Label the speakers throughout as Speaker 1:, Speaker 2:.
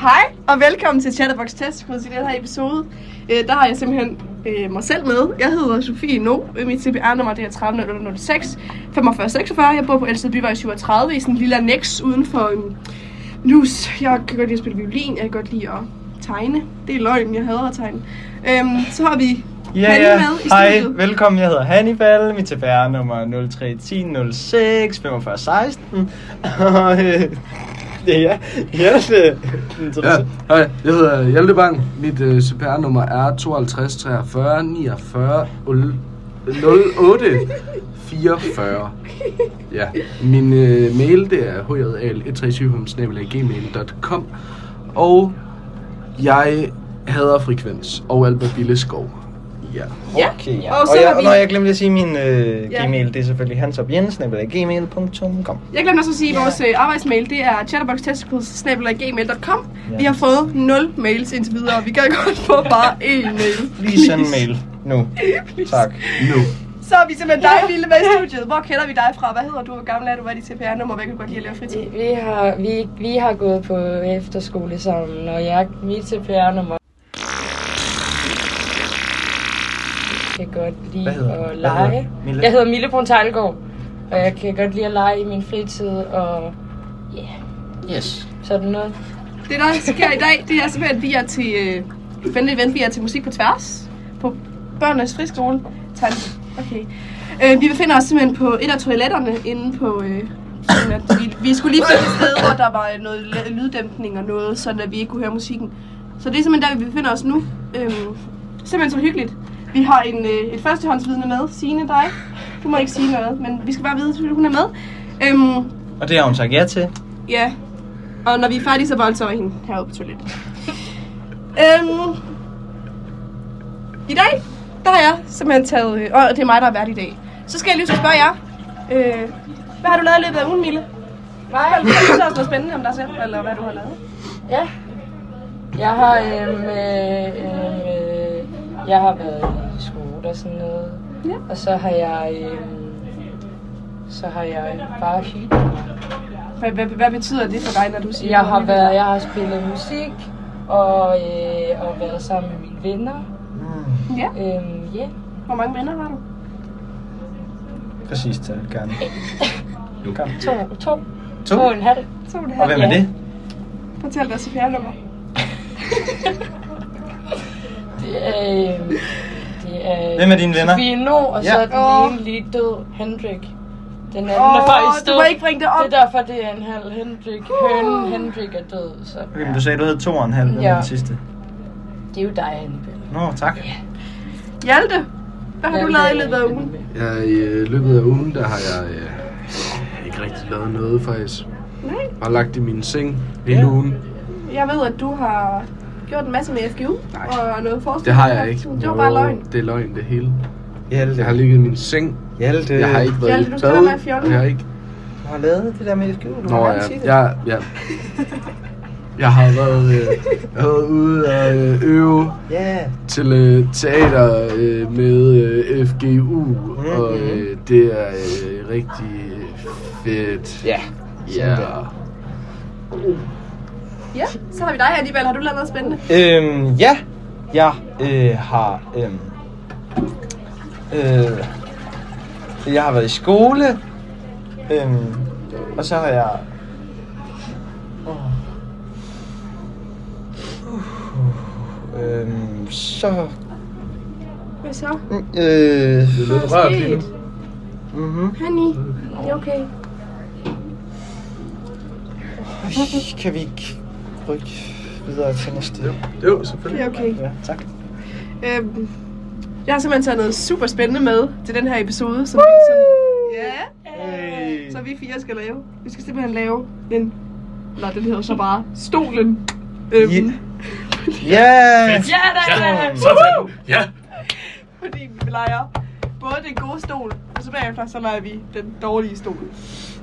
Speaker 1: Hej og velkommen til Chatterbox Test hos i den her episode. Øh, der har jeg simpelthen øh, mig selv med. Jeg hedder Sofie No. Øh, Mit CPR-nummer det er 30006 4546. Jeg bor på Elsted Byvej 37 i sådan en lille annex uden for en lus. Jeg kan godt lide at spille violin. Jeg kan godt lide at tegne. Det er løgn, jeg hader at tegne. Øhm, så har vi
Speaker 2: Ja,
Speaker 1: Hanne
Speaker 2: ja.
Speaker 1: med i
Speaker 2: Hej,
Speaker 1: studiet.
Speaker 2: velkommen. Jeg hedder Hannibal. Mit TPR nummer 031006 4516. Og øh, ja, øh, Hjalte.
Speaker 3: Ja, hej, jeg hedder Hjalte Bang. Mit uh, CPR-nummer er 52 43 49 ul- 08 44. Ja, min uh, mail det er hjal137 og jeg hader frekvens og Albert Billeskov. Ja.
Speaker 1: Ja.
Speaker 2: Okay, ja.
Speaker 1: Og
Speaker 2: Og,
Speaker 1: så
Speaker 2: og, jeg,
Speaker 1: har vi-
Speaker 2: når jeg glemte at sige min øh,
Speaker 1: Ja.
Speaker 2: gmail, det er selvfølgelig hansopjensen.gmail.com.
Speaker 1: Jeg glemte også at sige, at vores øh, arbejdsmail det er chatterboxtesticles.gmail.com
Speaker 2: Ja.
Speaker 1: Vi har fået 0 mails indtil videre, og vi kan godt få bare én mail.
Speaker 2: Lige send mail nu.
Speaker 1: Please.
Speaker 2: Tak.
Speaker 3: Nu.
Speaker 1: Så er vi simpelthen dig, Lille, med i studiet. Hvor kender vi dig fra? Hvad hedder du? Hvor gammel er du? Hvad er dit CPR-nummer? Hvad kan du godt lide at lave i fritid?
Speaker 4: Vi, vi, har, vi, vi har gået på efterskole sammen, og jeg, mit CPR-nummer kan godt lide
Speaker 2: Hvad hedder du?
Speaker 4: at
Speaker 2: Hvad
Speaker 4: lege.
Speaker 2: hedder du? Mille?
Speaker 4: Jeg hedder Mille Brun Tejlgaard, og jeg kan godt lide at lege i min fritid, og ja, yeah,
Speaker 2: Yes.
Speaker 4: sådan noget.
Speaker 1: Det, der sker i dag, det er simpelthen, at vi er til... Øh, spændende event, vi er til musik på tværs. På børnenes friskole. Tegn. Okay. Øh, vi befinder os simpelthen på et af toiletterne inde på... Øh, sådan at vi, vi skulle lige finde et sted, hvor der var noget la- lyddæmpning og noget, sådan at vi ikke kunne høre musikken. Så det er simpelthen der, vi befinder os nu. Øh, simpelthen så hyggeligt. Vi har en, øh, et førstehåndsvidne med, Signe dig. Du må ikke sige noget, men vi skal bare vide, at hun er med. Øhm,
Speaker 2: Og det har hun sagt ja til.
Speaker 1: Ja. Og når vi er færdige, så voldtager jeg hende herude på toilettet. øhm, I dag, der har jeg simpelthen taget... Øh, og det er mig, der er vært i dag. Så skal jeg lige så spørge jer. Øh, hvad har du lavet i løbet af ugen, Mille? Nej. Har du synes også noget spændende om dig selv, eller hvad du har lavet?
Speaker 4: Ja. Jeg har, øhm, øh, øhm, øh, jeg har været i skole og sådan noget.
Speaker 1: Ja.
Speaker 4: Og så har jeg, øhm, så har jeg bare hygget.
Speaker 1: Hvad, hvad, hvad betyder det for dig, når du siger...
Speaker 4: Jeg har været, jeg har spillet musik og, øh, og været sammen med mine venner.
Speaker 1: Ja.
Speaker 4: Øhm, yeah.
Speaker 1: Hvor mange venner har du?
Speaker 2: Præcis til gerne. Jo. Kom.
Speaker 4: to, to,
Speaker 2: To.
Speaker 4: to og en halv.
Speaker 1: Så det
Speaker 2: Og
Speaker 1: her.
Speaker 2: hvem er
Speaker 4: Ja.
Speaker 2: det?
Speaker 1: Fortæl dig CPR-nummer.
Speaker 4: Det er, øhm, det er,
Speaker 2: Hvem er dine venner?
Speaker 4: Sofie No, og så
Speaker 2: Ja.
Speaker 4: er den
Speaker 1: Åh.
Speaker 4: ene lige død, Hendrik. Den anden er
Speaker 1: Åh,
Speaker 4: faktisk
Speaker 1: du
Speaker 4: død.
Speaker 1: må ikke bringe det op.
Speaker 4: Det er derfor, det er en halv Hendrik. Hønen Hendrik er død, så
Speaker 2: Okay, men du sagde, du hed to og en halv. Hvem er
Speaker 4: Ja.
Speaker 2: den sidste?
Speaker 4: det er jo dig, Annabelle.
Speaker 2: Nå, tak.
Speaker 1: Hjalte, hvad har du lavet i løbet af ugen?
Speaker 3: Jeg, I øh, løbet af ugen, der har jeg øh, ikke rigtig lavet noget faktisk.
Speaker 1: Nej.
Speaker 3: Bare lagt i min seng hele
Speaker 2: Ja.
Speaker 3: ugen.
Speaker 1: Jeg ved, at du har gjort en masse med FGU og noget forskning.
Speaker 3: Det har jeg ikke.
Speaker 1: Det var bare løgn.
Speaker 3: Det er løgn, det hele.
Speaker 2: Hjalte.
Speaker 3: Jeg har ligget i min seng.
Speaker 2: Hjalte.
Speaker 3: Jeg har ikke været
Speaker 1: Hjalte, du
Speaker 3: i
Speaker 1: taler med fjollet.
Speaker 3: Jeg har ikke.
Speaker 2: Du har lavet det der med FGU. Du
Speaker 3: Nå
Speaker 2: må
Speaker 3: ja,
Speaker 2: gerne sige det.
Speaker 3: jeg, ja. Jeg har været, øh, jeg har været ude og øh, øve
Speaker 2: Ja.
Speaker 3: til øh, teater øh, med øh, FGU,
Speaker 2: Mm-hmm.
Speaker 3: og øh, det er øh, rigtig fedt.
Speaker 2: Ja.
Speaker 3: Ja.
Speaker 1: Ja, så har vi dig, Hannibal. Har du lavet noget spændende?
Speaker 2: Øhm, ja. Jeg øh, har... Øhm, øh, jeg har været i skole. Øhm, og så har jeg... Uh, øhm, så...
Speaker 1: Hvad så?
Speaker 2: Øh,
Speaker 3: Det er lidt rørt lige nu.
Speaker 2: mm-hmm.
Speaker 1: Honey, det er okay.
Speaker 2: Kan vi ikke rykke videre til næste?
Speaker 3: Jo,
Speaker 1: Det er
Speaker 3: selvfølgelig.
Speaker 1: okay.
Speaker 2: Ja, tak.
Speaker 1: Øhm, jeg har simpelthen taget noget super spændende med til den her episode, som vi ligesom... Ja,
Speaker 2: Hey.
Speaker 1: så vi fire skal lave. Vi skal simpelthen lave en... Nå, den hedder så bare Stolen. Øhm,
Speaker 2: Ja. Yeah.
Speaker 4: Ja, der er det.
Speaker 1: Fordi vi leger både den gode stol, og så bagefter så leger vi den dårlige stol.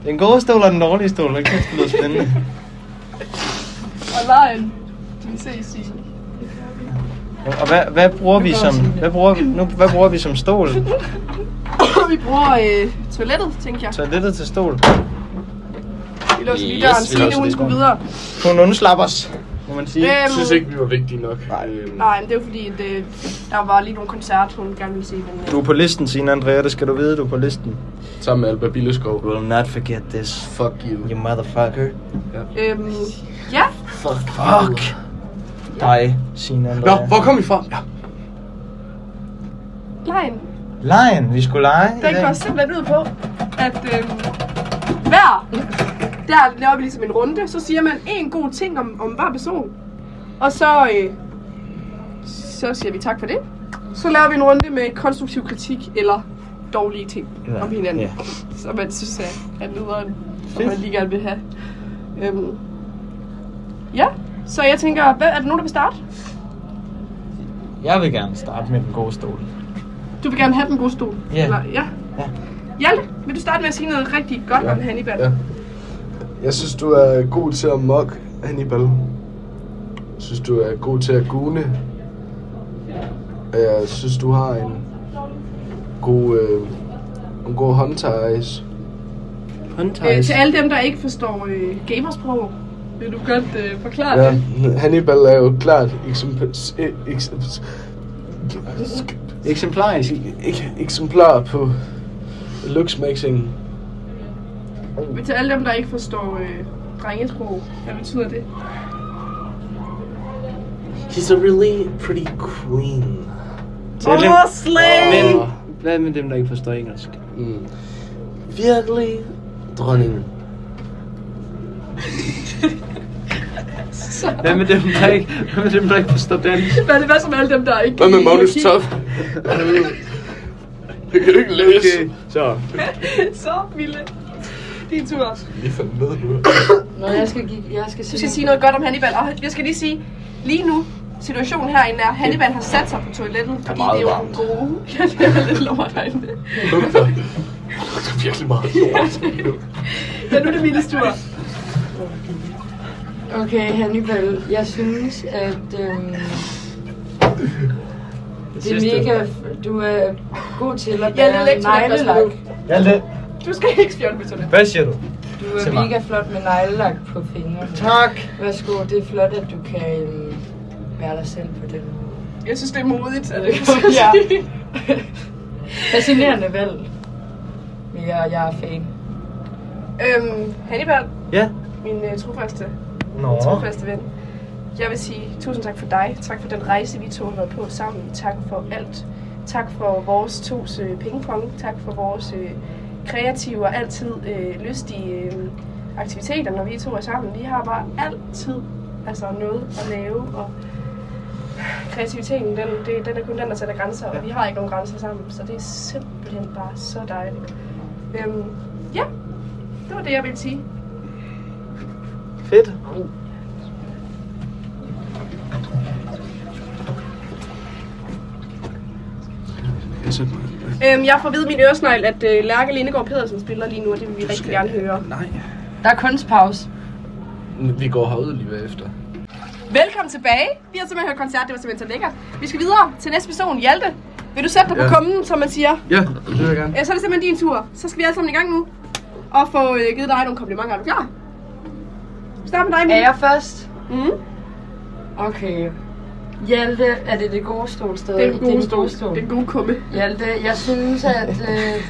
Speaker 2: Den gode stol og den dårlige stol, den kæft, det lyder spændende.
Speaker 1: Og lejen, vi ses, Signe.
Speaker 2: Og hvad, hvad bruger vi som, hvad bruger, vi- nu, hvad bruger vi som stol?
Speaker 1: vi bruger øh, toilettet, tænkte jeg.
Speaker 2: Toilettet til stol.
Speaker 1: Vi låser lige døren,
Speaker 3: Yes, vi
Speaker 1: Signe
Speaker 3: låser
Speaker 1: hun
Speaker 3: lige
Speaker 1: skulle
Speaker 3: døren.
Speaker 1: videre.
Speaker 2: Hun undslapper os. må man sige.
Speaker 1: Øhm,
Speaker 2: Øhm.
Speaker 3: Jeg synes ikke, vi var vigtige nok.
Speaker 2: Nej.
Speaker 3: Øhm,
Speaker 1: Nej, men det er jo fordi, at, øh, der var lige nogle koncerter, hun gerne ville se. Men, øh,
Speaker 2: Du er på listen, Signe Andrea, det skal du vide, du er på listen.
Speaker 3: Sammen med Alba Billeskov.
Speaker 2: Will not forget this,
Speaker 3: Fuck you.
Speaker 2: you motherfucker.
Speaker 1: øhm, ja,
Speaker 3: Fuck.
Speaker 2: Fuck dig, Signe Andrea.
Speaker 3: Nå, hvor kom I fra? Ja.
Speaker 1: lejen.
Speaker 2: Lejen, vi skulle lege i
Speaker 1: Den
Speaker 2: dag.
Speaker 1: går simpelthen ud på, at øh, hver, der laver vi ligesom en runde, så siger man en god ting om, om hver person. Og så, øh, så siger vi tak for det. Så laver vi en runde med konstruktiv kritik eller dårlige ting
Speaker 2: Ja,
Speaker 1: ja. om hinanden,
Speaker 2: ja.
Speaker 1: ja. som man synes er, er nederen, og
Speaker 2: Fedt.
Speaker 1: man lige gerne vil have. Øhm, ja, så jeg tænker, hvad, er der nogen, der vil starte?
Speaker 2: Jeg vil gerne starte med den gode stol.
Speaker 1: Du vil gerne have den gode stol?
Speaker 2: Ja.
Speaker 1: Eller, ja.
Speaker 2: Ja.
Speaker 1: Hjalte, vil du starte med at sige noget rigtig godt ja. om Hannibal?
Speaker 3: Ja. Jeg synes, du er god til at mock Hannibal. Jeg synes, du er god til at gune. Og jeg synes, du har en god, øh, en god håndtags.
Speaker 1: Øh,
Speaker 2: Håndtejs.
Speaker 1: til alle dem, der ikke forstår øh, gamersprog, vil du godt øh, forklare
Speaker 3: Ja,
Speaker 1: det?
Speaker 3: Hannibal er jo klart eksempl- eh, eksempl-
Speaker 2: Eksemplarisk.
Speaker 3: ikke eksemplar på looksmaxing.
Speaker 1: Men til alle dem, der ikke forstår øh, drengesprog, hvad betyder det?
Speaker 3: She's a really pretty queen.
Speaker 2: Til alle dem-
Speaker 1: slay!
Speaker 2: Men hvad med dem, der ikke forstår engelsk?
Speaker 3: Mm. Virkelig dronning.
Speaker 1: Så,
Speaker 2: Hvad med dem, der ikke, hvad med dem, der ikke forstår dansk?
Speaker 1: hvad er det hvad som alle dem, der ikke
Speaker 3: Hvad med
Speaker 1: kan
Speaker 3: Magnus
Speaker 1: hierarki?
Speaker 3: Top? Jeg kan ikke læse.
Speaker 2: Okay, så.
Speaker 1: Så, Mille. Din tur.
Speaker 3: Vi fandt med nu.
Speaker 4: Nå, jeg skal, give, jeg skal
Speaker 1: Du skal sige noget godt om Hannibal. Og jeg skal lige sige, lige nu, situationen herinde er, at Hannibal har sat sig på toilettet, fordi det er
Speaker 3: meget
Speaker 1: jo
Speaker 3: varmt.
Speaker 1: gode. Ja, det er lidt lort herinde.
Speaker 3: Det lugter, det lugter virkelig meget lort.
Speaker 1: Ja, nu er det Milles tur.
Speaker 4: Okay, Hannibal, jeg synes, at øhm, det er mega... Du er god til at
Speaker 1: Jeg er lidt
Speaker 4: bære
Speaker 1: elektroniker,
Speaker 4: neglelak.
Speaker 1: så
Speaker 2: Ja, det.
Speaker 1: Du skal ikke spjolde på toilettet.
Speaker 2: Hvad siger du?
Speaker 4: Du
Speaker 2: Se
Speaker 4: er
Speaker 2: mig.
Speaker 4: mega flot med neglelak på fingrene.
Speaker 2: Tak.
Speaker 4: Værsgo, det er flot, at du kan øhm, være dig selv på den måde.
Speaker 1: Jeg synes, det er modigt, at det
Speaker 4: Ja. Fascinerende valg. Men Jeg, jeg er fan.
Speaker 1: Øhm, Hannibal,
Speaker 2: Ja.
Speaker 1: min uh, trofaste,
Speaker 2: Nå.
Speaker 1: trofaste ven. Jeg vil sige tusind tak for dig. Tak for den rejse, vi to har været på sammen. Tak for alt. Tak for vores tos øh, pingpong. Tak for vores øh, kreative og altid øh, lystige øh, aktiviteter, når vi to er sammen. Vi har bare altid altså noget at lave, og kreativiteten, den, det, den er kun den, der sætter grænser, og vi har ikke nogen grænser sammen, så det er simpelthen bare så dejligt. Øhm, ja, det var det, jeg ville sige.
Speaker 2: Fedt.
Speaker 1: Øhm, jeg får at vide i min øresnegl, at øh, Lærke Lindegård Pedersen spiller lige nu, og det vil vi rigtig gerne høre.
Speaker 3: Nej.
Speaker 4: Der er kunstpause.
Speaker 3: Vi går herud lige bagefter.
Speaker 1: Velkommen tilbage. Vi har simpelthen hørt koncert, det var simpelthen så lækkert. Vi skal videre til næste person, Hjalte. Vil du sætte dig på
Speaker 3: Ja.
Speaker 1: kummen, som man siger?
Speaker 3: Ja, det vil jeg gerne.
Speaker 1: Øh, så er det simpelthen din tur. Så skal vi alle sammen i gang nu og få øh, givet dig nogle komplimenter. Er du klar? Start med dig,
Speaker 4: Er
Speaker 1: Mille.
Speaker 4: jeg først?
Speaker 1: Mm.
Speaker 4: Okay. Hjalte, er det det gode stol stadig?
Speaker 1: Det er en god
Speaker 4: den
Speaker 1: stol.
Speaker 4: gode stol.
Speaker 1: Det er en god kumme.
Speaker 4: Hjalte, jeg synes, at øh,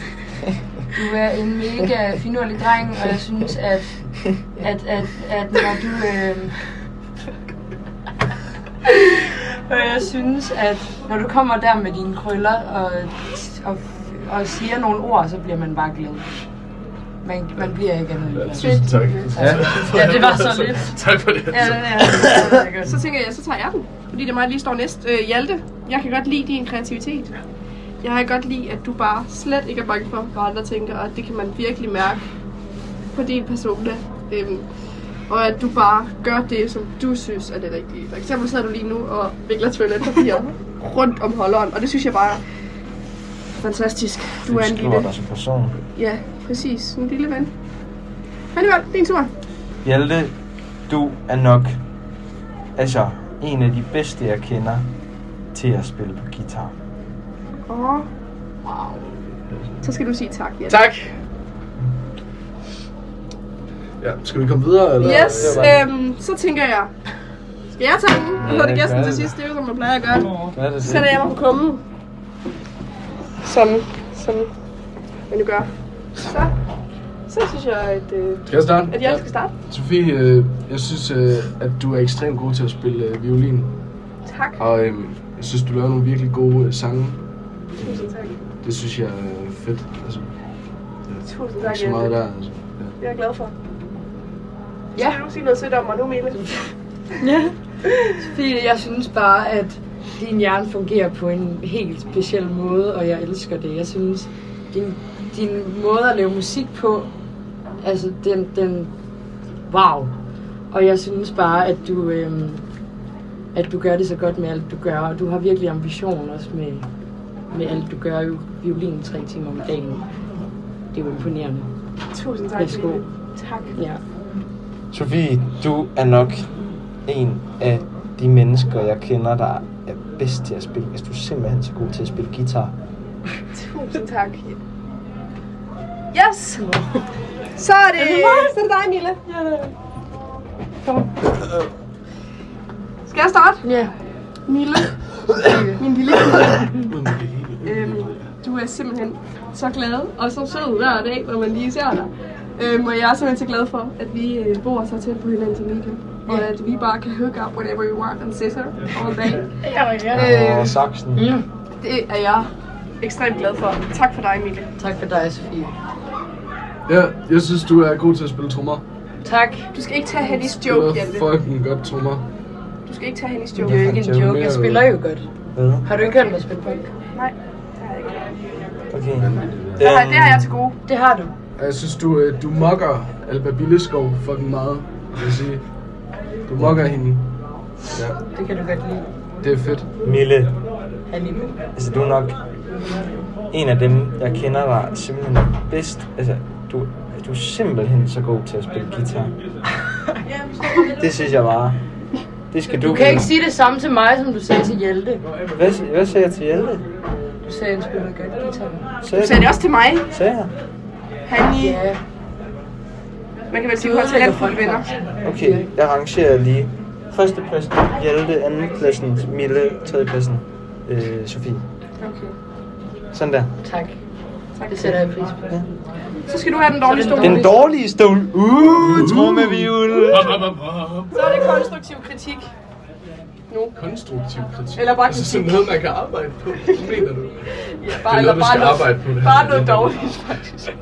Speaker 4: du er en mega finurlig dreng, og jeg synes, at, at, at, at når du... Øh, og jeg synes, at når du kommer der med dine krøller og, og, og siger nogle ord, så bliver man bare glad. Man, man bliver ikke andet end glad.
Speaker 3: Tusind tak.
Speaker 4: Ja. Ja, det var så lidt.
Speaker 3: Tak for det.
Speaker 4: Ja, det er det er godt.
Speaker 1: Så tænker jeg, så tager jeg den, fordi det er mig, der lige står næst. Øh, Hjalte, jeg kan godt lide din kreativitet. Jeg kan godt lide, at du bare slet ikke er bange for, hvad andre tænker, og det kan man virkelig mærke på din persona. Øhm, og at du bare gør det, som du synes er det rigtige. For eksempel sidder du lige nu og vikler toiletpapir rundt om holderen, og det synes jeg bare er fantastisk. Du er en lille...
Speaker 2: som person.
Speaker 1: Ja, præcis. En lille ven. Hannibal, din tur.
Speaker 2: Hjalte, du er nok altså en af de bedste, jeg kender til at spille på guitar.
Speaker 1: Åh. Wow. Så skal du sige tak, Hjalte.
Speaker 3: Tak. Ja, skal vi komme videre? Eller?
Speaker 1: Yes,
Speaker 3: Ja,
Speaker 1: øhm, så tænker jeg, Skal jeg tage den? Nu hedder det
Speaker 2: det
Speaker 1: gæsten
Speaker 2: gør
Speaker 1: til
Speaker 2: det.
Speaker 1: sidst, det er jo, som man plejer at gøre.
Speaker 2: Hvad er det?
Speaker 1: Så sætter jeg mig på kummen. Som, som man nu gør. Så, så synes jeg, at, øh,
Speaker 3: Skal jeg starte?
Speaker 1: at jeg skal starte.
Speaker 3: Sofie, øh, jeg synes, øh, at du er ekstremt god til at spille øh, violin.
Speaker 1: Tak.
Speaker 3: Og øh, jeg synes, du laver nogle virkelig gode øh, sange.
Speaker 1: Tusind tak.
Speaker 3: Det synes jeg er fedt. Altså, ja,
Speaker 1: Tusind
Speaker 3: der er
Speaker 1: tak,
Speaker 3: ikke så meget
Speaker 1: Jeppe.
Speaker 3: der. Altså. Ja.
Speaker 1: Det er jeg glad for.
Speaker 4: Ja.
Speaker 1: Skal du sige noget sødt om mig nu, Mille?
Speaker 4: Ja. Fordi jeg synes bare, at din hjerne fungerer på en helt speciel måde, og jeg elsker det. Jeg synes, din, din måde at lave musik på, altså den, den, wow. Og jeg synes bare, at du, øhm, at du gør det så godt med alt, du gør, og du har virkelig ambition også med, med alt, du gør. Jo violin tre timer om dagen. Det er jo imponerende.
Speaker 1: Tusind tak,
Speaker 4: Værsgo.
Speaker 1: Mille. Tak.
Speaker 4: Ja.
Speaker 2: Sofie, du er nok en af de mennesker, jeg kender, der er bedst til at spille. Altså, du er simpelthen så god til at spille guitar.
Speaker 1: Tusind tak. Yes! Så er det, så er det dig, Mille. Kom. Skal jeg starte?
Speaker 4: Ja.
Speaker 1: Mille, Øh, min lille øhm, du er simpelthen så glad og så sød hver dag, når man lige ser dig. Øhm, og jeg er simpelthen så glad for, at vi øh, bor så tæt på hinanden som vi kan. Og at vi bare kan hook up whenever we want and sit her all day.
Speaker 2: Øh.
Speaker 1: Øh,
Speaker 2: Og saksen.
Speaker 4: Mm.
Speaker 1: det er jeg ekstremt glad for. Tak for dig, Mille.
Speaker 4: Tak for dig, Sofie.
Speaker 3: ja, jeg synes, du er god til at spille trommer.
Speaker 4: Tak.
Speaker 1: Du skal ikke tage Henny's
Speaker 3: Du er
Speaker 1: joke, Jeppe.
Speaker 3: fucking godt trommer.
Speaker 1: Du skal ikke tage Henny's
Speaker 4: Det er
Speaker 1: joke.
Speaker 4: jo ikke en joke. Jeg spiller jo godt.
Speaker 2: Hvad?
Speaker 4: Har du ikke hørt mig spille punk?
Speaker 1: Nej, det har jeg ikke.
Speaker 2: Okay.
Speaker 1: Det har, det har jeg til gode.
Speaker 4: Det har du.
Speaker 3: Jeg synes, du, øh, du mokker Alba Billeskov fucking meget, vil jeg sige. Du mokker hende. Ja,
Speaker 4: Det kan du godt lide.
Speaker 3: det er fedt.
Speaker 2: Øhm, Mille,
Speaker 4: Alligevel.
Speaker 2: altså du er nok en af dem, jeg kender, der er simpelthen bedst. Altså, du, du er simpelthen så god til at spille guitar. Det synes jeg bare. Det skal du,
Speaker 4: Du kan ikke sige det samme til mig, som du sagde til Hjelte.
Speaker 2: Hvad, hvad sagde jeg til Hjelte?
Speaker 4: Du sagde, at han spiller godt guitar.
Speaker 2: Sagde
Speaker 1: Du sagde det også til mig,
Speaker 2: også? Sagde jeg?
Speaker 1: Henny.
Speaker 4: Ja,
Speaker 1: Man kan vel sige, at du har talentfulde venner.
Speaker 2: Okay, jeg rangerer lige. Førstepladsen, Hjalte, andenpladsen, Mille, tredjepladsen, øh, Sofie.
Speaker 1: Okay.
Speaker 2: Sådan der.
Speaker 4: tak.
Speaker 1: Tak.
Speaker 4: Det sætter jeg pris på.
Speaker 1: Så skal du have den dårlige
Speaker 4: Så er
Speaker 1: stol.
Speaker 4: det
Speaker 2: Den dårlige stol. Uh, trommevivl.
Speaker 1: Så er det konstruktiv kritik.
Speaker 3: Konstruktiv kritik.
Speaker 1: Eller bare
Speaker 3: altså,
Speaker 1: kritik.
Speaker 3: sådan noget, man kan arbejde på. Hvad mener du?
Speaker 1: Ja,
Speaker 3: noget, du skal arbejde på, det her.
Speaker 1: Bare noget dårligt, faktisk.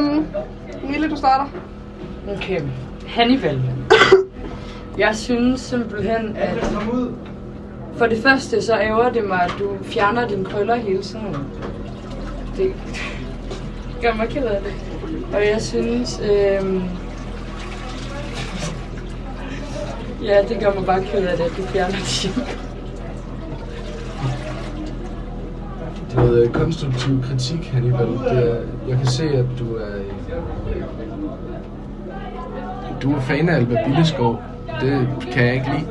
Speaker 1: øhm, Mille, du starter.
Speaker 4: Okay. Hannibal. Jeg synes simpelthen, at... For det første, så ærger det mig, at du fjerner dine krøller hele tiden. Det gør mig ked af det. Og jeg synes... Øhm... Ja, det gør mig bare ked af det, at du fjerner dine
Speaker 3: Noget øh, konstruktiv kritik, Hannibal. Det er, jeg kan se, at du er... øh, Du er fan af Alba Billeskov. Det kan jeg ikke lide.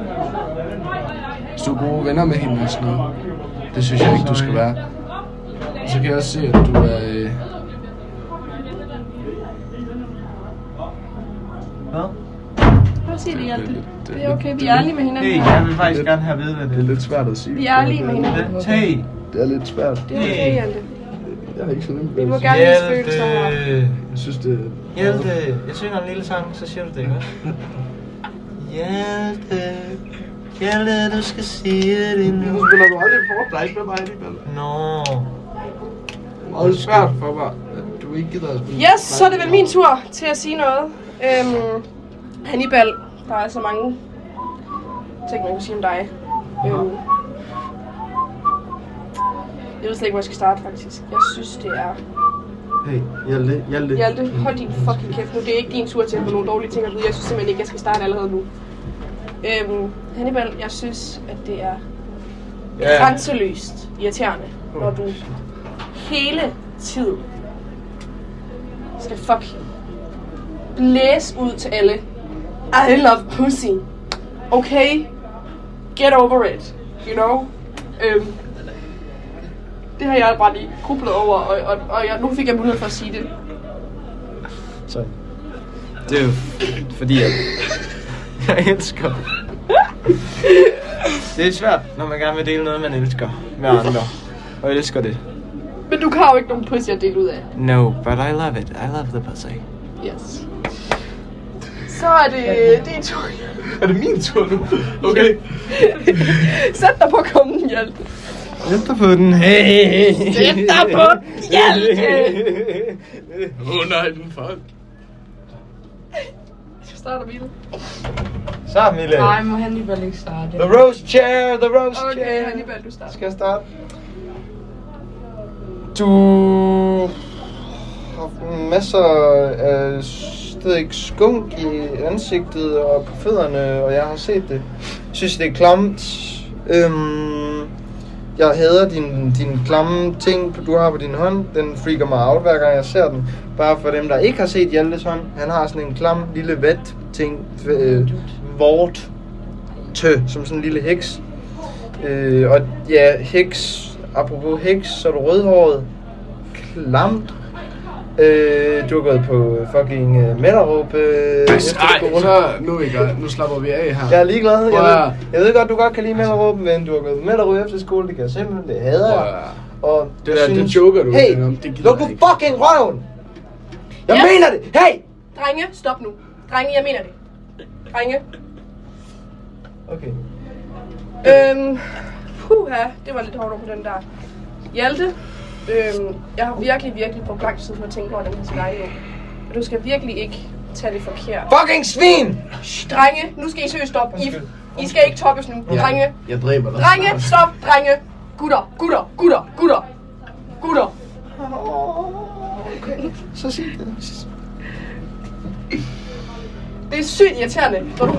Speaker 3: Hvis du er gode venner med hende og sådan noget. Det synes jeg ikke, du skal være. Og så kan jeg også se, at du er... øh,
Speaker 2: Hvad?
Speaker 1: Prøv at sige det, Hjalte.
Speaker 3: lidt, øh,
Speaker 1: Det er okay,
Speaker 3: lidt-
Speaker 1: vi er ærlige med hinanden.
Speaker 2: Hey, jeg vil faktisk gerne have ved, hvad
Speaker 3: Det
Speaker 2: det
Speaker 3: er
Speaker 2: er.
Speaker 3: lidt svært at sige.
Speaker 1: Vi er ærlige med hinanden.
Speaker 2: Hey,
Speaker 3: Det er lidt svært.
Speaker 1: Det er okay, Hjalte.
Speaker 3: Jeg har ikke så nemt.
Speaker 1: Vi må gerne lide
Speaker 2: Hjalte.
Speaker 1: spøgelser. og-
Speaker 3: Jeg synes, det er...
Speaker 2: Hjalte. Jeg synger en lille sang, så siger du det, ikke også? Hjalte. Hjalte, du skal sige det
Speaker 3: Nu
Speaker 2: nu.
Speaker 3: spiller du aldrig Fortnite med mig alligevel.
Speaker 2: Nå.
Speaker 3: Og det er svært for mig, at du ikke gider at spille.
Speaker 1: Yes, så er det vel min tur til at sige noget. Øhm, Hannibal, der er så mange ting, man kan sige om dig. Øhm, jeg ved slet ikke, hvor jeg skal starte, faktisk. Jeg synes, det er...
Speaker 2: Hey, Hjalte. Hjalte.
Speaker 1: Hjalte, hold din fucking kæft nu. Det er ikke din tur til at få nogle dårlige ting at vide. Jeg synes simpelthen ikke, jeg skal starte allerede nu. Øhm, Hannibal, jeg synes, at det er grænseløst irriterende, når du hele tiden skal fuck blæse ud til alle. I love pussy. Okay? Get over it. You know? Øhm, det har jeg bare lige grublet over, og, og, og jeg, nu fik jeg mulighed for at sige det.
Speaker 2: Sorry. Det er jo fordi, at... jeg elsker. Det er svært, når man gerne vil dele noget, man elsker med andre. Og jeg elsker det.
Speaker 1: Men du har jo ikke nogen pussy at dele ud af.
Speaker 2: No, but I love it. I love the pussy.
Speaker 1: Yes. Så er det din tur.
Speaker 2: Er det min tur nu? Okay.
Speaker 1: Sæt dig på kongen, Hjalte.
Speaker 2: Sæt dig på den. Hey.
Speaker 1: Sæt dig på den, Hjalte.
Speaker 3: Åh oh, nej, den fuck.
Speaker 1: Så starter bilen.
Speaker 2: Så, Mille.
Speaker 4: Nej, må han lige bare ikke starte.
Speaker 2: The roast chair, the roast chair.
Speaker 1: Okay, Hannibal, du starter.
Speaker 2: Skal jeg starte? Du har masser af s- det ved jeg ikke, skunk i ansigtet og på fødderne, og jeg har set det. Jeg synes, det er klamt. Øhm, jeg hader din, din klamme ting, du har på din hånd. Den freaker mig out, hver gang jeg ser den. Bare for dem, der ikke har set Hjaltes hånd. Han har sådan en klam lille vat ting. Øh, vort. Tø, som sådan en lille heks. Øh, og ja, heks. Apropos heks, så er du rødhåret. Klamt. Øh, du har gået på fucking øh, Mellerup. Øh, efter
Speaker 3: Nej,
Speaker 2: corona.
Speaker 3: så nu, er I godt. nu slapper vi af her.
Speaker 2: Jeg er ligeglad. Jeg
Speaker 3: Prøv at høre.
Speaker 2: ved, jeg ved godt, du godt kan lide Mellerup, men du har gået på Mellerup efter skole. Det kan jeg simpelthen, det hader
Speaker 3: Prøv at
Speaker 2: jeg.
Speaker 3: høre.
Speaker 2: Og
Speaker 3: Det
Speaker 2: jeg
Speaker 3: der, det joker du
Speaker 2: hey,
Speaker 3: ikke om. Det gider
Speaker 2: luk nu
Speaker 3: jeg ikke.
Speaker 2: fucking røven! Jeg
Speaker 1: Yes.
Speaker 2: mener det! Hey!
Speaker 1: Drenge, stop nu. Drenge, jeg mener det. Drenge.
Speaker 2: Okay.
Speaker 1: Øhm, puha, det var lidt hårdt over på den der. Hjalte, øhm, jeg har virkelig, virkelig brugt lang tid på at tænke over den her scenario. Og du skal virkelig ikke tage det forkert.
Speaker 2: Fucking svin!
Speaker 1: Shh, drenge, nu skal I seriøst stoppe. I,
Speaker 2: Undskyld.
Speaker 1: I skal ikke toppes nu. Drenge,
Speaker 3: Jeg dræber dig.
Speaker 1: drenge, stop, drenge. Gutter, gutter, gutter, gutter. Gutter.
Speaker 2: Så sig det.
Speaker 1: Det er sygt irriterende, når du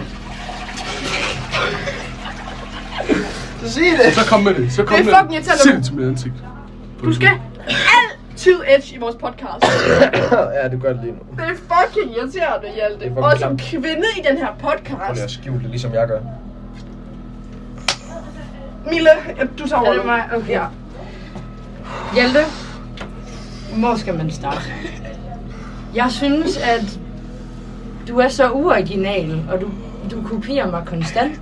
Speaker 2: Så sig det.
Speaker 3: Så kom med det. Så kom
Speaker 1: Det er
Speaker 3: med
Speaker 1: fucking irriterende.
Speaker 3: Sig det til mit ansigt.
Speaker 1: Du skal altid edge i vores podcast.
Speaker 2: ja, du gør det lige nu.
Speaker 1: Det er fucking irriterende, Hjalte.
Speaker 2: Det er fucking
Speaker 1: Og som
Speaker 2: klamt.
Speaker 1: kvinde i den her
Speaker 2: Prøv lige at
Speaker 1: podcast.
Speaker 2: skjule det, ligesom jeg gør.
Speaker 1: Mille, ja, du tager over.
Speaker 4: Er det mig? Okay.
Speaker 1: Ja.
Speaker 4: Hjalte, hvor skal man starte? Jeg synes, at du er så uoriginal, og du, du kopierer mig konstant.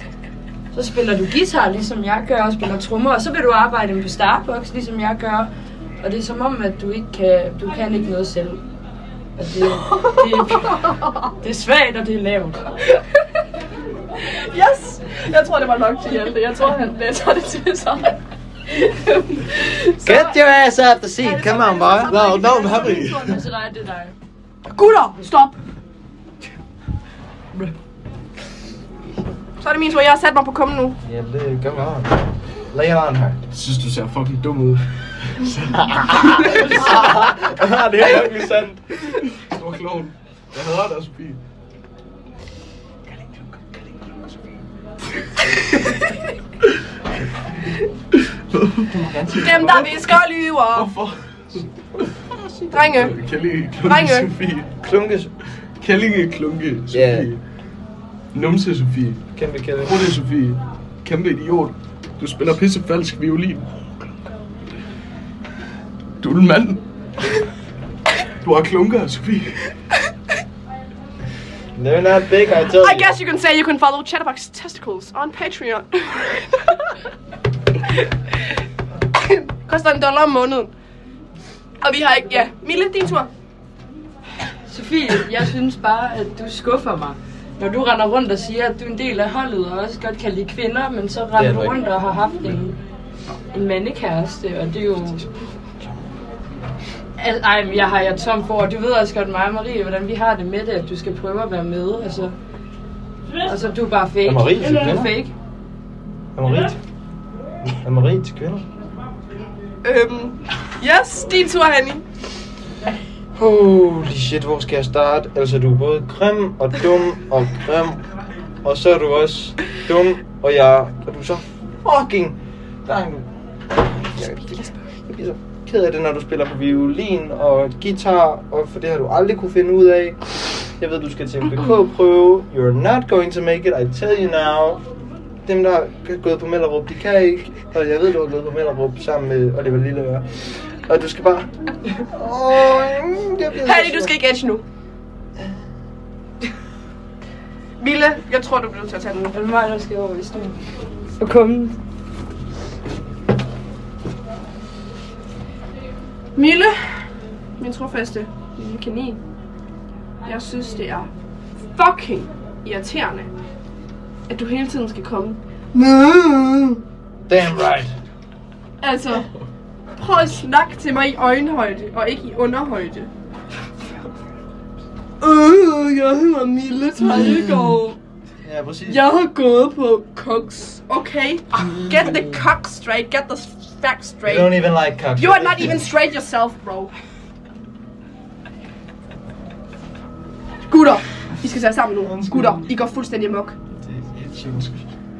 Speaker 4: Så spiller du guitar, ligesom jeg gør, og spiller trommer, og så vil du arbejde på Starbucks, ligesom jeg gør. Og det er som om, at du ikke kan, du kan ikke noget selv. Og det, det, det er svagt, og det er lavt.
Speaker 1: Yes! Jeg tror, det var nok til Hjalte. Jeg tror, han øh, tager det til sig. Så-
Speaker 2: Get your ass out the seat. Come on, boy. No, no, hurry.
Speaker 4: Så der er det dig.
Speaker 1: Gutter, stop! Så er det min tur. Jeg har sat mig på kummen nu.
Speaker 2: Ja, det gør man. Lay it on her.
Speaker 3: Jeg synes, du ser fucking dum ud.
Speaker 2: det er fucking sandt.
Speaker 3: Stor klovn. Jeg hader dig, Sofie.
Speaker 1: Dem, der visker, lyver.
Speaker 3: Hvorfor?
Speaker 1: Drenge,
Speaker 3: Kællinge klunke,
Speaker 1: Drenge.
Speaker 3: Sofie.
Speaker 2: Klunkes.
Speaker 3: Kællinge klunke, Sofie.
Speaker 2: Ja.
Speaker 3: Numse, Sofie.
Speaker 2: Kæmpe kælling.
Speaker 3: Prøv det, Sofie. Kæmpe idiot. Du spiller pisse falsk violin. Du er en mand. Du har klunker, Sofie.
Speaker 2: They're not big, I tell
Speaker 1: I guess you can say you can follow Chatterbox Testicles on Patreon. Koster en dollar om måneden. Og vi har ikke... Ja, Mille, din tur.
Speaker 4: Sofie, jeg synes bare, at du skuffer mig. Når du render rundt og siger, at du er en del af holdet og også godt kan lide kvinder, men så
Speaker 2: Det er
Speaker 4: render
Speaker 2: du
Speaker 4: du
Speaker 2: ikke.
Speaker 4: rundt og har haft en, en mandekæreste, og det er jo... Al- Ej, men jeg har jeg er tom for, og du ved også godt mig og Marie, hvordan vi har det med det, at du skal prøve at være med, og så... Og så er du bare fake.
Speaker 2: Er Marie til
Speaker 4: du er
Speaker 2: kvinder?
Speaker 4: fake.
Speaker 2: Er Marie til- Er Marie til kvinder?
Speaker 1: Øhm, yes, din tur, Hanni.
Speaker 2: Holy shit, hvor skal jeg starte? Altså, du er både grim og dum og grim, og så er du også dum, og jeg... Og du er så fucking... Der er en... Jeg, jeg bliver så ked af det, når du spiller på violin og guitar, og for det har du aldrig kunne finde ud af. Jeg ved, du skal til en BK-prøve. You're not going to make it, I tell you now. Dem, der har gået på Mellerup, de kan ikke. Og jeg ved, du har gået på Mellerup sammen med Oliver Lilleøre. Og du skal bare... Åh, mm, jeg bliver så
Speaker 1: Hanni,
Speaker 2: sur.
Speaker 1: du skal ikke edge nu. Mille, jeg tror, du bliver nødt til at tage den nu.
Speaker 4: Er det mig, der skal over i stuen? Og komme.
Speaker 1: Mille, min trofaste lille kanin. Jeg synes, det er fucking irriterende, at du hele tiden skal komme.
Speaker 2: Damn right.
Speaker 1: Altså, prøv at snakke til mig i øjenhøjde, og ikke i underhøjde. Øh, jeg hedder Mille Tejlgaard.
Speaker 2: Ja, præcis.
Speaker 1: Jeg har gået på koks. Okay, get the cock straight, get the facts
Speaker 2: You don't
Speaker 1: straight.
Speaker 2: even like cock.
Speaker 1: You are not even straight yourself, bro. Gutter, I skal tage jer sammen nu. Gutter, I går fuldstændig amok.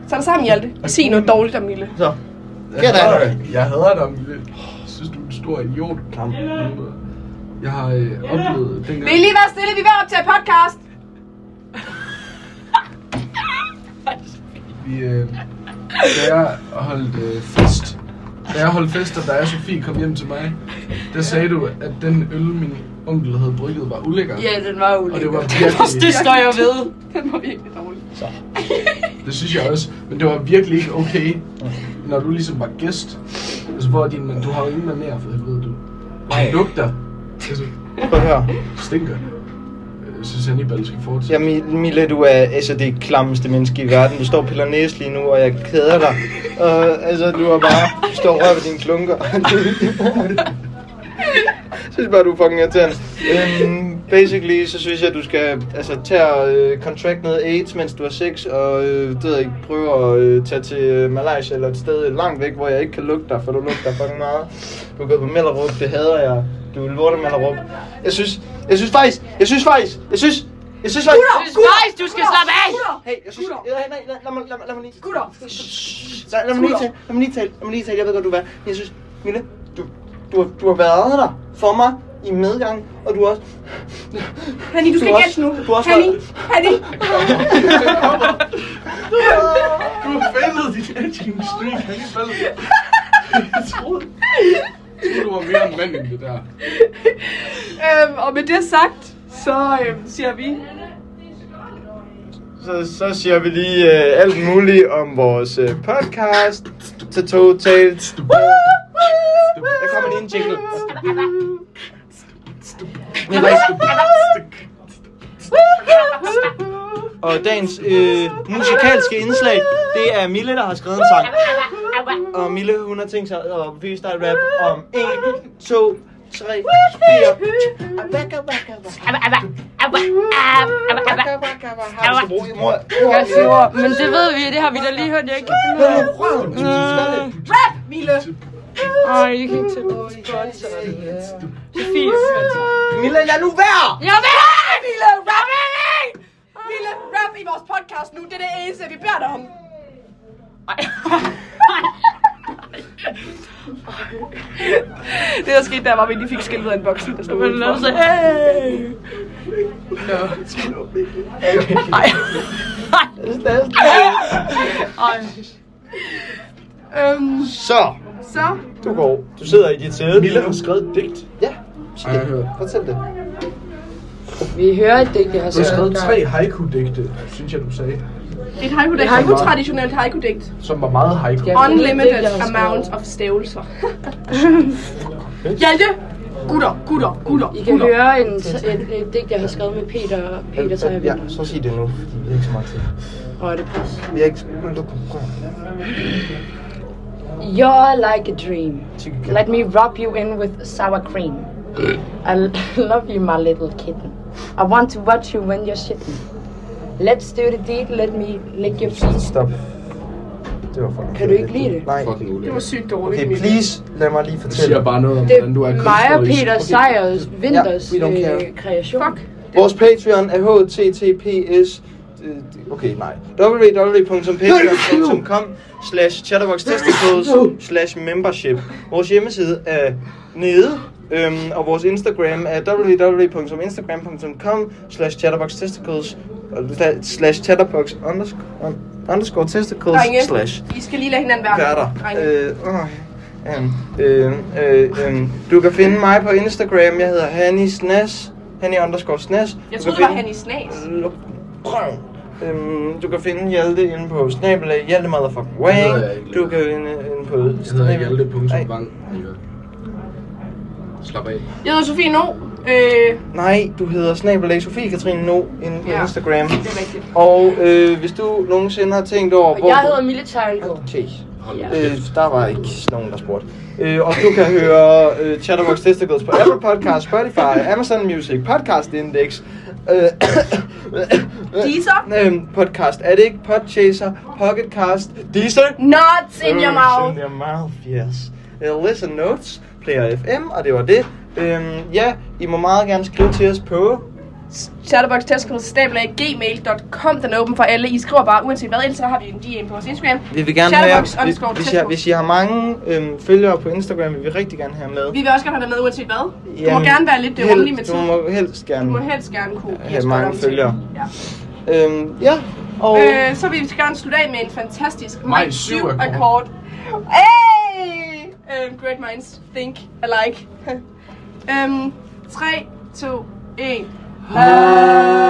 Speaker 1: Tag dig sammen, Hjalte. Og sig noget dårligt om Mille.
Speaker 2: Så. Get out of here.
Speaker 3: Jeg hader dig, Mille. Jeg synes, du er en stor idiot. Klam. Jeg har øh, oplevet dengang...
Speaker 1: Vil I lige være stille? Vi er ved at optage podcast.
Speaker 3: Vi, øh, da jeg holdt øh, fest, da jeg holdt fest, og da jeg Sofie kom hjem til mig, der sagde du, at den øl, min onkel havde brygget, var ulækker.
Speaker 4: Ja, den var ulækker.
Speaker 3: Og det var virkelig,
Speaker 4: Det står jeg ved.
Speaker 1: Den var virkelig dårlig.
Speaker 3: det synes jeg også, men det var virkelig ikke okay, når du ligesom var gæst. Altså, hvor er din, men du har jo ingen manér for helvede, du.
Speaker 2: Nej.
Speaker 3: Du lugter. Altså,
Speaker 2: Prøv at høre.
Speaker 3: stinker. Jeg synes, Hannibal skal fortsætte.
Speaker 2: Jamen, Mille, du er altså det klammeste menneske i verden. Du står og piller næse lige nu, og jeg keder dig. Og altså, du er bare... Du står og rører ved dine klunker. Jeg synes bare, du er fucking irriterende. Øhm, basically, så synes jeg, at du skal altså, tage og øh, contract noget AIDS, mens du har sex, og øh, det ved jeg ikke, prøve at øh, tage til øh, Malaysia eller et sted langt væk, hvor jeg ikke kan lugte dig, for du lugter fucking meget. Du er gået på Mellerup, det hader jeg. Du er lorte Mellerup. Jeg synes, jeg synes faktisk, jeg synes faktisk, jeg synes, jeg synes faktisk, jeg synes,
Speaker 4: Guys, du skal slappe af!
Speaker 2: Hey, jeg synes... Nej, nej, nej, lad mig, lad mig, lad mig lige...
Speaker 1: Gutter.
Speaker 2: Nej, lad mig lige tale, lad mig lige tale, lad mig lige tale, jeg ved godt, du er værd. Men jeg synes, Mille, du, du, har, du har været der for mig i medgang, og du har også...
Speaker 1: Hanni, du skal
Speaker 2: Du har
Speaker 1: gætte nu.
Speaker 2: også- du har også
Speaker 1: Hanni,
Speaker 2: været-
Speaker 1: Hanni.
Speaker 3: Du har fældet dit edging streak, Hannibal. Jeg troede, jeg troede, du var mere en mand end det der.
Speaker 1: Øhm, og med det sagt, så øhm, siger vi...
Speaker 2: Så, så siger vi lige øh, alt muligt om vores øh, podcast. Til totalt. Der kommer lige en jingle. Men faktisk- Og dagens øh, musikalske indslag, det er Mille, der har skrevet en sang. Og Mille, hun har tænkt sig at vise dig et rap om 1, 2, 3, 4. Abaka, baka, baka. Abaka, baka, baka. Har du så brug i mor?
Speaker 4: Jeg siger, men det ved vi, det har vi da lige hørt, jeg ikke kan finde ud
Speaker 2: Hvad
Speaker 4: af.
Speaker 2: er røven? Du skal smalle.
Speaker 1: Mille.
Speaker 4: Ej, jeg kan ikke tage det. Sofie.
Speaker 2: Mille, lad nu være!
Speaker 4: Jeg vil have det, Mille! Jeg vil ikke!
Speaker 1: Mille, rap i vores podcast nu. Det er det eneste, vi beder dig om. det der skete der var, at vi lige fik skæld ud af en voksen, der stod
Speaker 4: Men lad os
Speaker 1: udenfor.
Speaker 4: sige, hey! Ej. Ej.
Speaker 1: Øhm,
Speaker 2: Så,
Speaker 1: så...
Speaker 2: du går. Du sidder i dit sæde.
Speaker 3: Mille har skrevet et digt.
Speaker 2: Ja, sig
Speaker 3: Ej, jeg
Speaker 2: det.
Speaker 3: hører.
Speaker 2: Fortæl det.
Speaker 4: Vi hører et digt, jeg har
Speaker 3: Du har
Speaker 4: skrevet
Speaker 3: skrevet tre haiku-digte, synes jeg, du sagde,
Speaker 1: Et haiku
Speaker 4: Et haiku.
Speaker 1: et utraditionelt haiku-digt.
Speaker 3: som var meget haiku.
Speaker 4: Ja.
Speaker 1: Unlimited
Speaker 4: Det er det, jeg har
Speaker 1: amount
Speaker 4: skrevet.
Speaker 1: of stævelser. Hjalte! Gutter, gutter, gutter,
Speaker 4: I kan
Speaker 1: gutter.
Speaker 4: høre en, en, et digt, jeg har skrevet med Peter, Peter Tejvind.
Speaker 2: Ja, så sig det nu. fordi Vi har ikke så meget tid.
Speaker 4: Og er det pres?
Speaker 2: Vi har ikke... Men du kom.
Speaker 4: You're like a dream.
Speaker 2: Tykke
Speaker 4: Let me rub you in with sour cream. I l- love you, my little kitten. I want to watch you when you're shitting. Let's do the deed, let me lick your feet.
Speaker 2: Stop. Det var fucking
Speaker 4: Kan du ikke lide det?
Speaker 2: Nej.
Speaker 3: Fucking
Speaker 1: Det
Speaker 3: ulækkert.
Speaker 1: var sygt dårligt,
Speaker 2: Okay,
Speaker 1: Mille.
Speaker 2: please lad mig lige
Speaker 3: Det
Speaker 2: fortælle.
Speaker 3: siger bare noget om,
Speaker 4: Det
Speaker 3: hvordan du er
Speaker 4: er Maja
Speaker 3: kunstnerisk.
Speaker 4: Peter Sejers Vinters
Speaker 2: we don't care.
Speaker 4: øh, kreation.
Speaker 1: Fuck.
Speaker 2: Vores Patreon er https øh, Okay, nej. www.patreon.com slash chatterboxtesticles slash membership. Vores hjemmeside er nede, øhm, og vores Instagram er www.instagram.com slash chatterboxtesticles øh, slash chatterbox underscore, underscore testicles
Speaker 1: Drenge,
Speaker 2: slash
Speaker 1: I skal lige lade hinanden være.
Speaker 2: værter.
Speaker 1: Drenge.
Speaker 2: Øh, åh, øhm, øh, øh, øhm, du kan finde mig på Instagram. Jeg hedder Hanni Snas. Hanni underscore Snas.
Speaker 1: Jeg
Speaker 2: Du
Speaker 1: troede, det
Speaker 2: kan
Speaker 1: var
Speaker 2: finde-
Speaker 1: Hanni Snas.
Speaker 2: Luk- Røv. Øhm, du kan finde Hjalte inde på snabelag Hjalte Motherfucking
Speaker 3: Det
Speaker 2: Wang.
Speaker 3: hedder jeg ikke
Speaker 2: Du kan finde øh, inde på...
Speaker 3: Jeg hedder Hjalte
Speaker 2: Nej.
Speaker 3: punktum Bang. øh, Slap af.
Speaker 1: Jeg hedder Sofie No. Øh,
Speaker 2: Nej, du hedder snabelag Sofie Katrine No inde på
Speaker 1: Ja.
Speaker 2: Instagram.
Speaker 1: det er rigtigt.
Speaker 2: Og øh, hvis du nogensinde har tænkt over,
Speaker 4: Og jeg hedder Mille Tejlgaard.
Speaker 2: Chase.
Speaker 3: Hold
Speaker 4: Ja.
Speaker 3: ja.
Speaker 2: Øh, der var ikke nogen, der spurgte. Øh, og du kan høre øh, Chatterbox Testicles på Apple Podcast, Spotify, Amazon Music, Podcast Index, øh,
Speaker 1: Deezer?
Speaker 2: øh, Podcast Addict, Podchaser, Pocketcast, Deezer,
Speaker 1: Nuts in your mouth.
Speaker 2: In your mouth, yes. Uh, listen Notes, Player FM, og det var det. Øhm, ja, I må meget gerne skrive til os på...
Speaker 1: Chatterbox Testicles stabelag gmail.com. Den er åben for alle. I skriver bare uanset hvad, ellers så har vi en DM på vores Instagram.
Speaker 2: Vi vil gerne
Speaker 1: Chatterbox
Speaker 2: have, hvis,
Speaker 1: underscore
Speaker 2: hvis, I, har-
Speaker 1: testicles.
Speaker 2: hvis I har mange øhm, følgere på Instagram, vil vi rigtig gerne have med.
Speaker 1: Vi vil også gerne have dig med uanset hvad. Du må
Speaker 2: Jamen,
Speaker 1: gerne være lidt øh,
Speaker 2: helst-
Speaker 1: rummelig med
Speaker 2: Du
Speaker 1: tiden.
Speaker 2: må helst gerne.
Speaker 1: Du må helst gerne kunne
Speaker 2: have
Speaker 1: give os godt
Speaker 2: mange
Speaker 1: omtale.
Speaker 2: følgere.
Speaker 1: Ja.
Speaker 2: Øhm, Ähm, ja, og...
Speaker 1: Øh, så vil vi gerne slutte af med en fantastisk
Speaker 3: Maj
Speaker 1: Mike 7
Speaker 3: syv akkord.
Speaker 1: akkord. Hey! Øhm, great minds think alike. øhm, 3, 2, 1. Hej!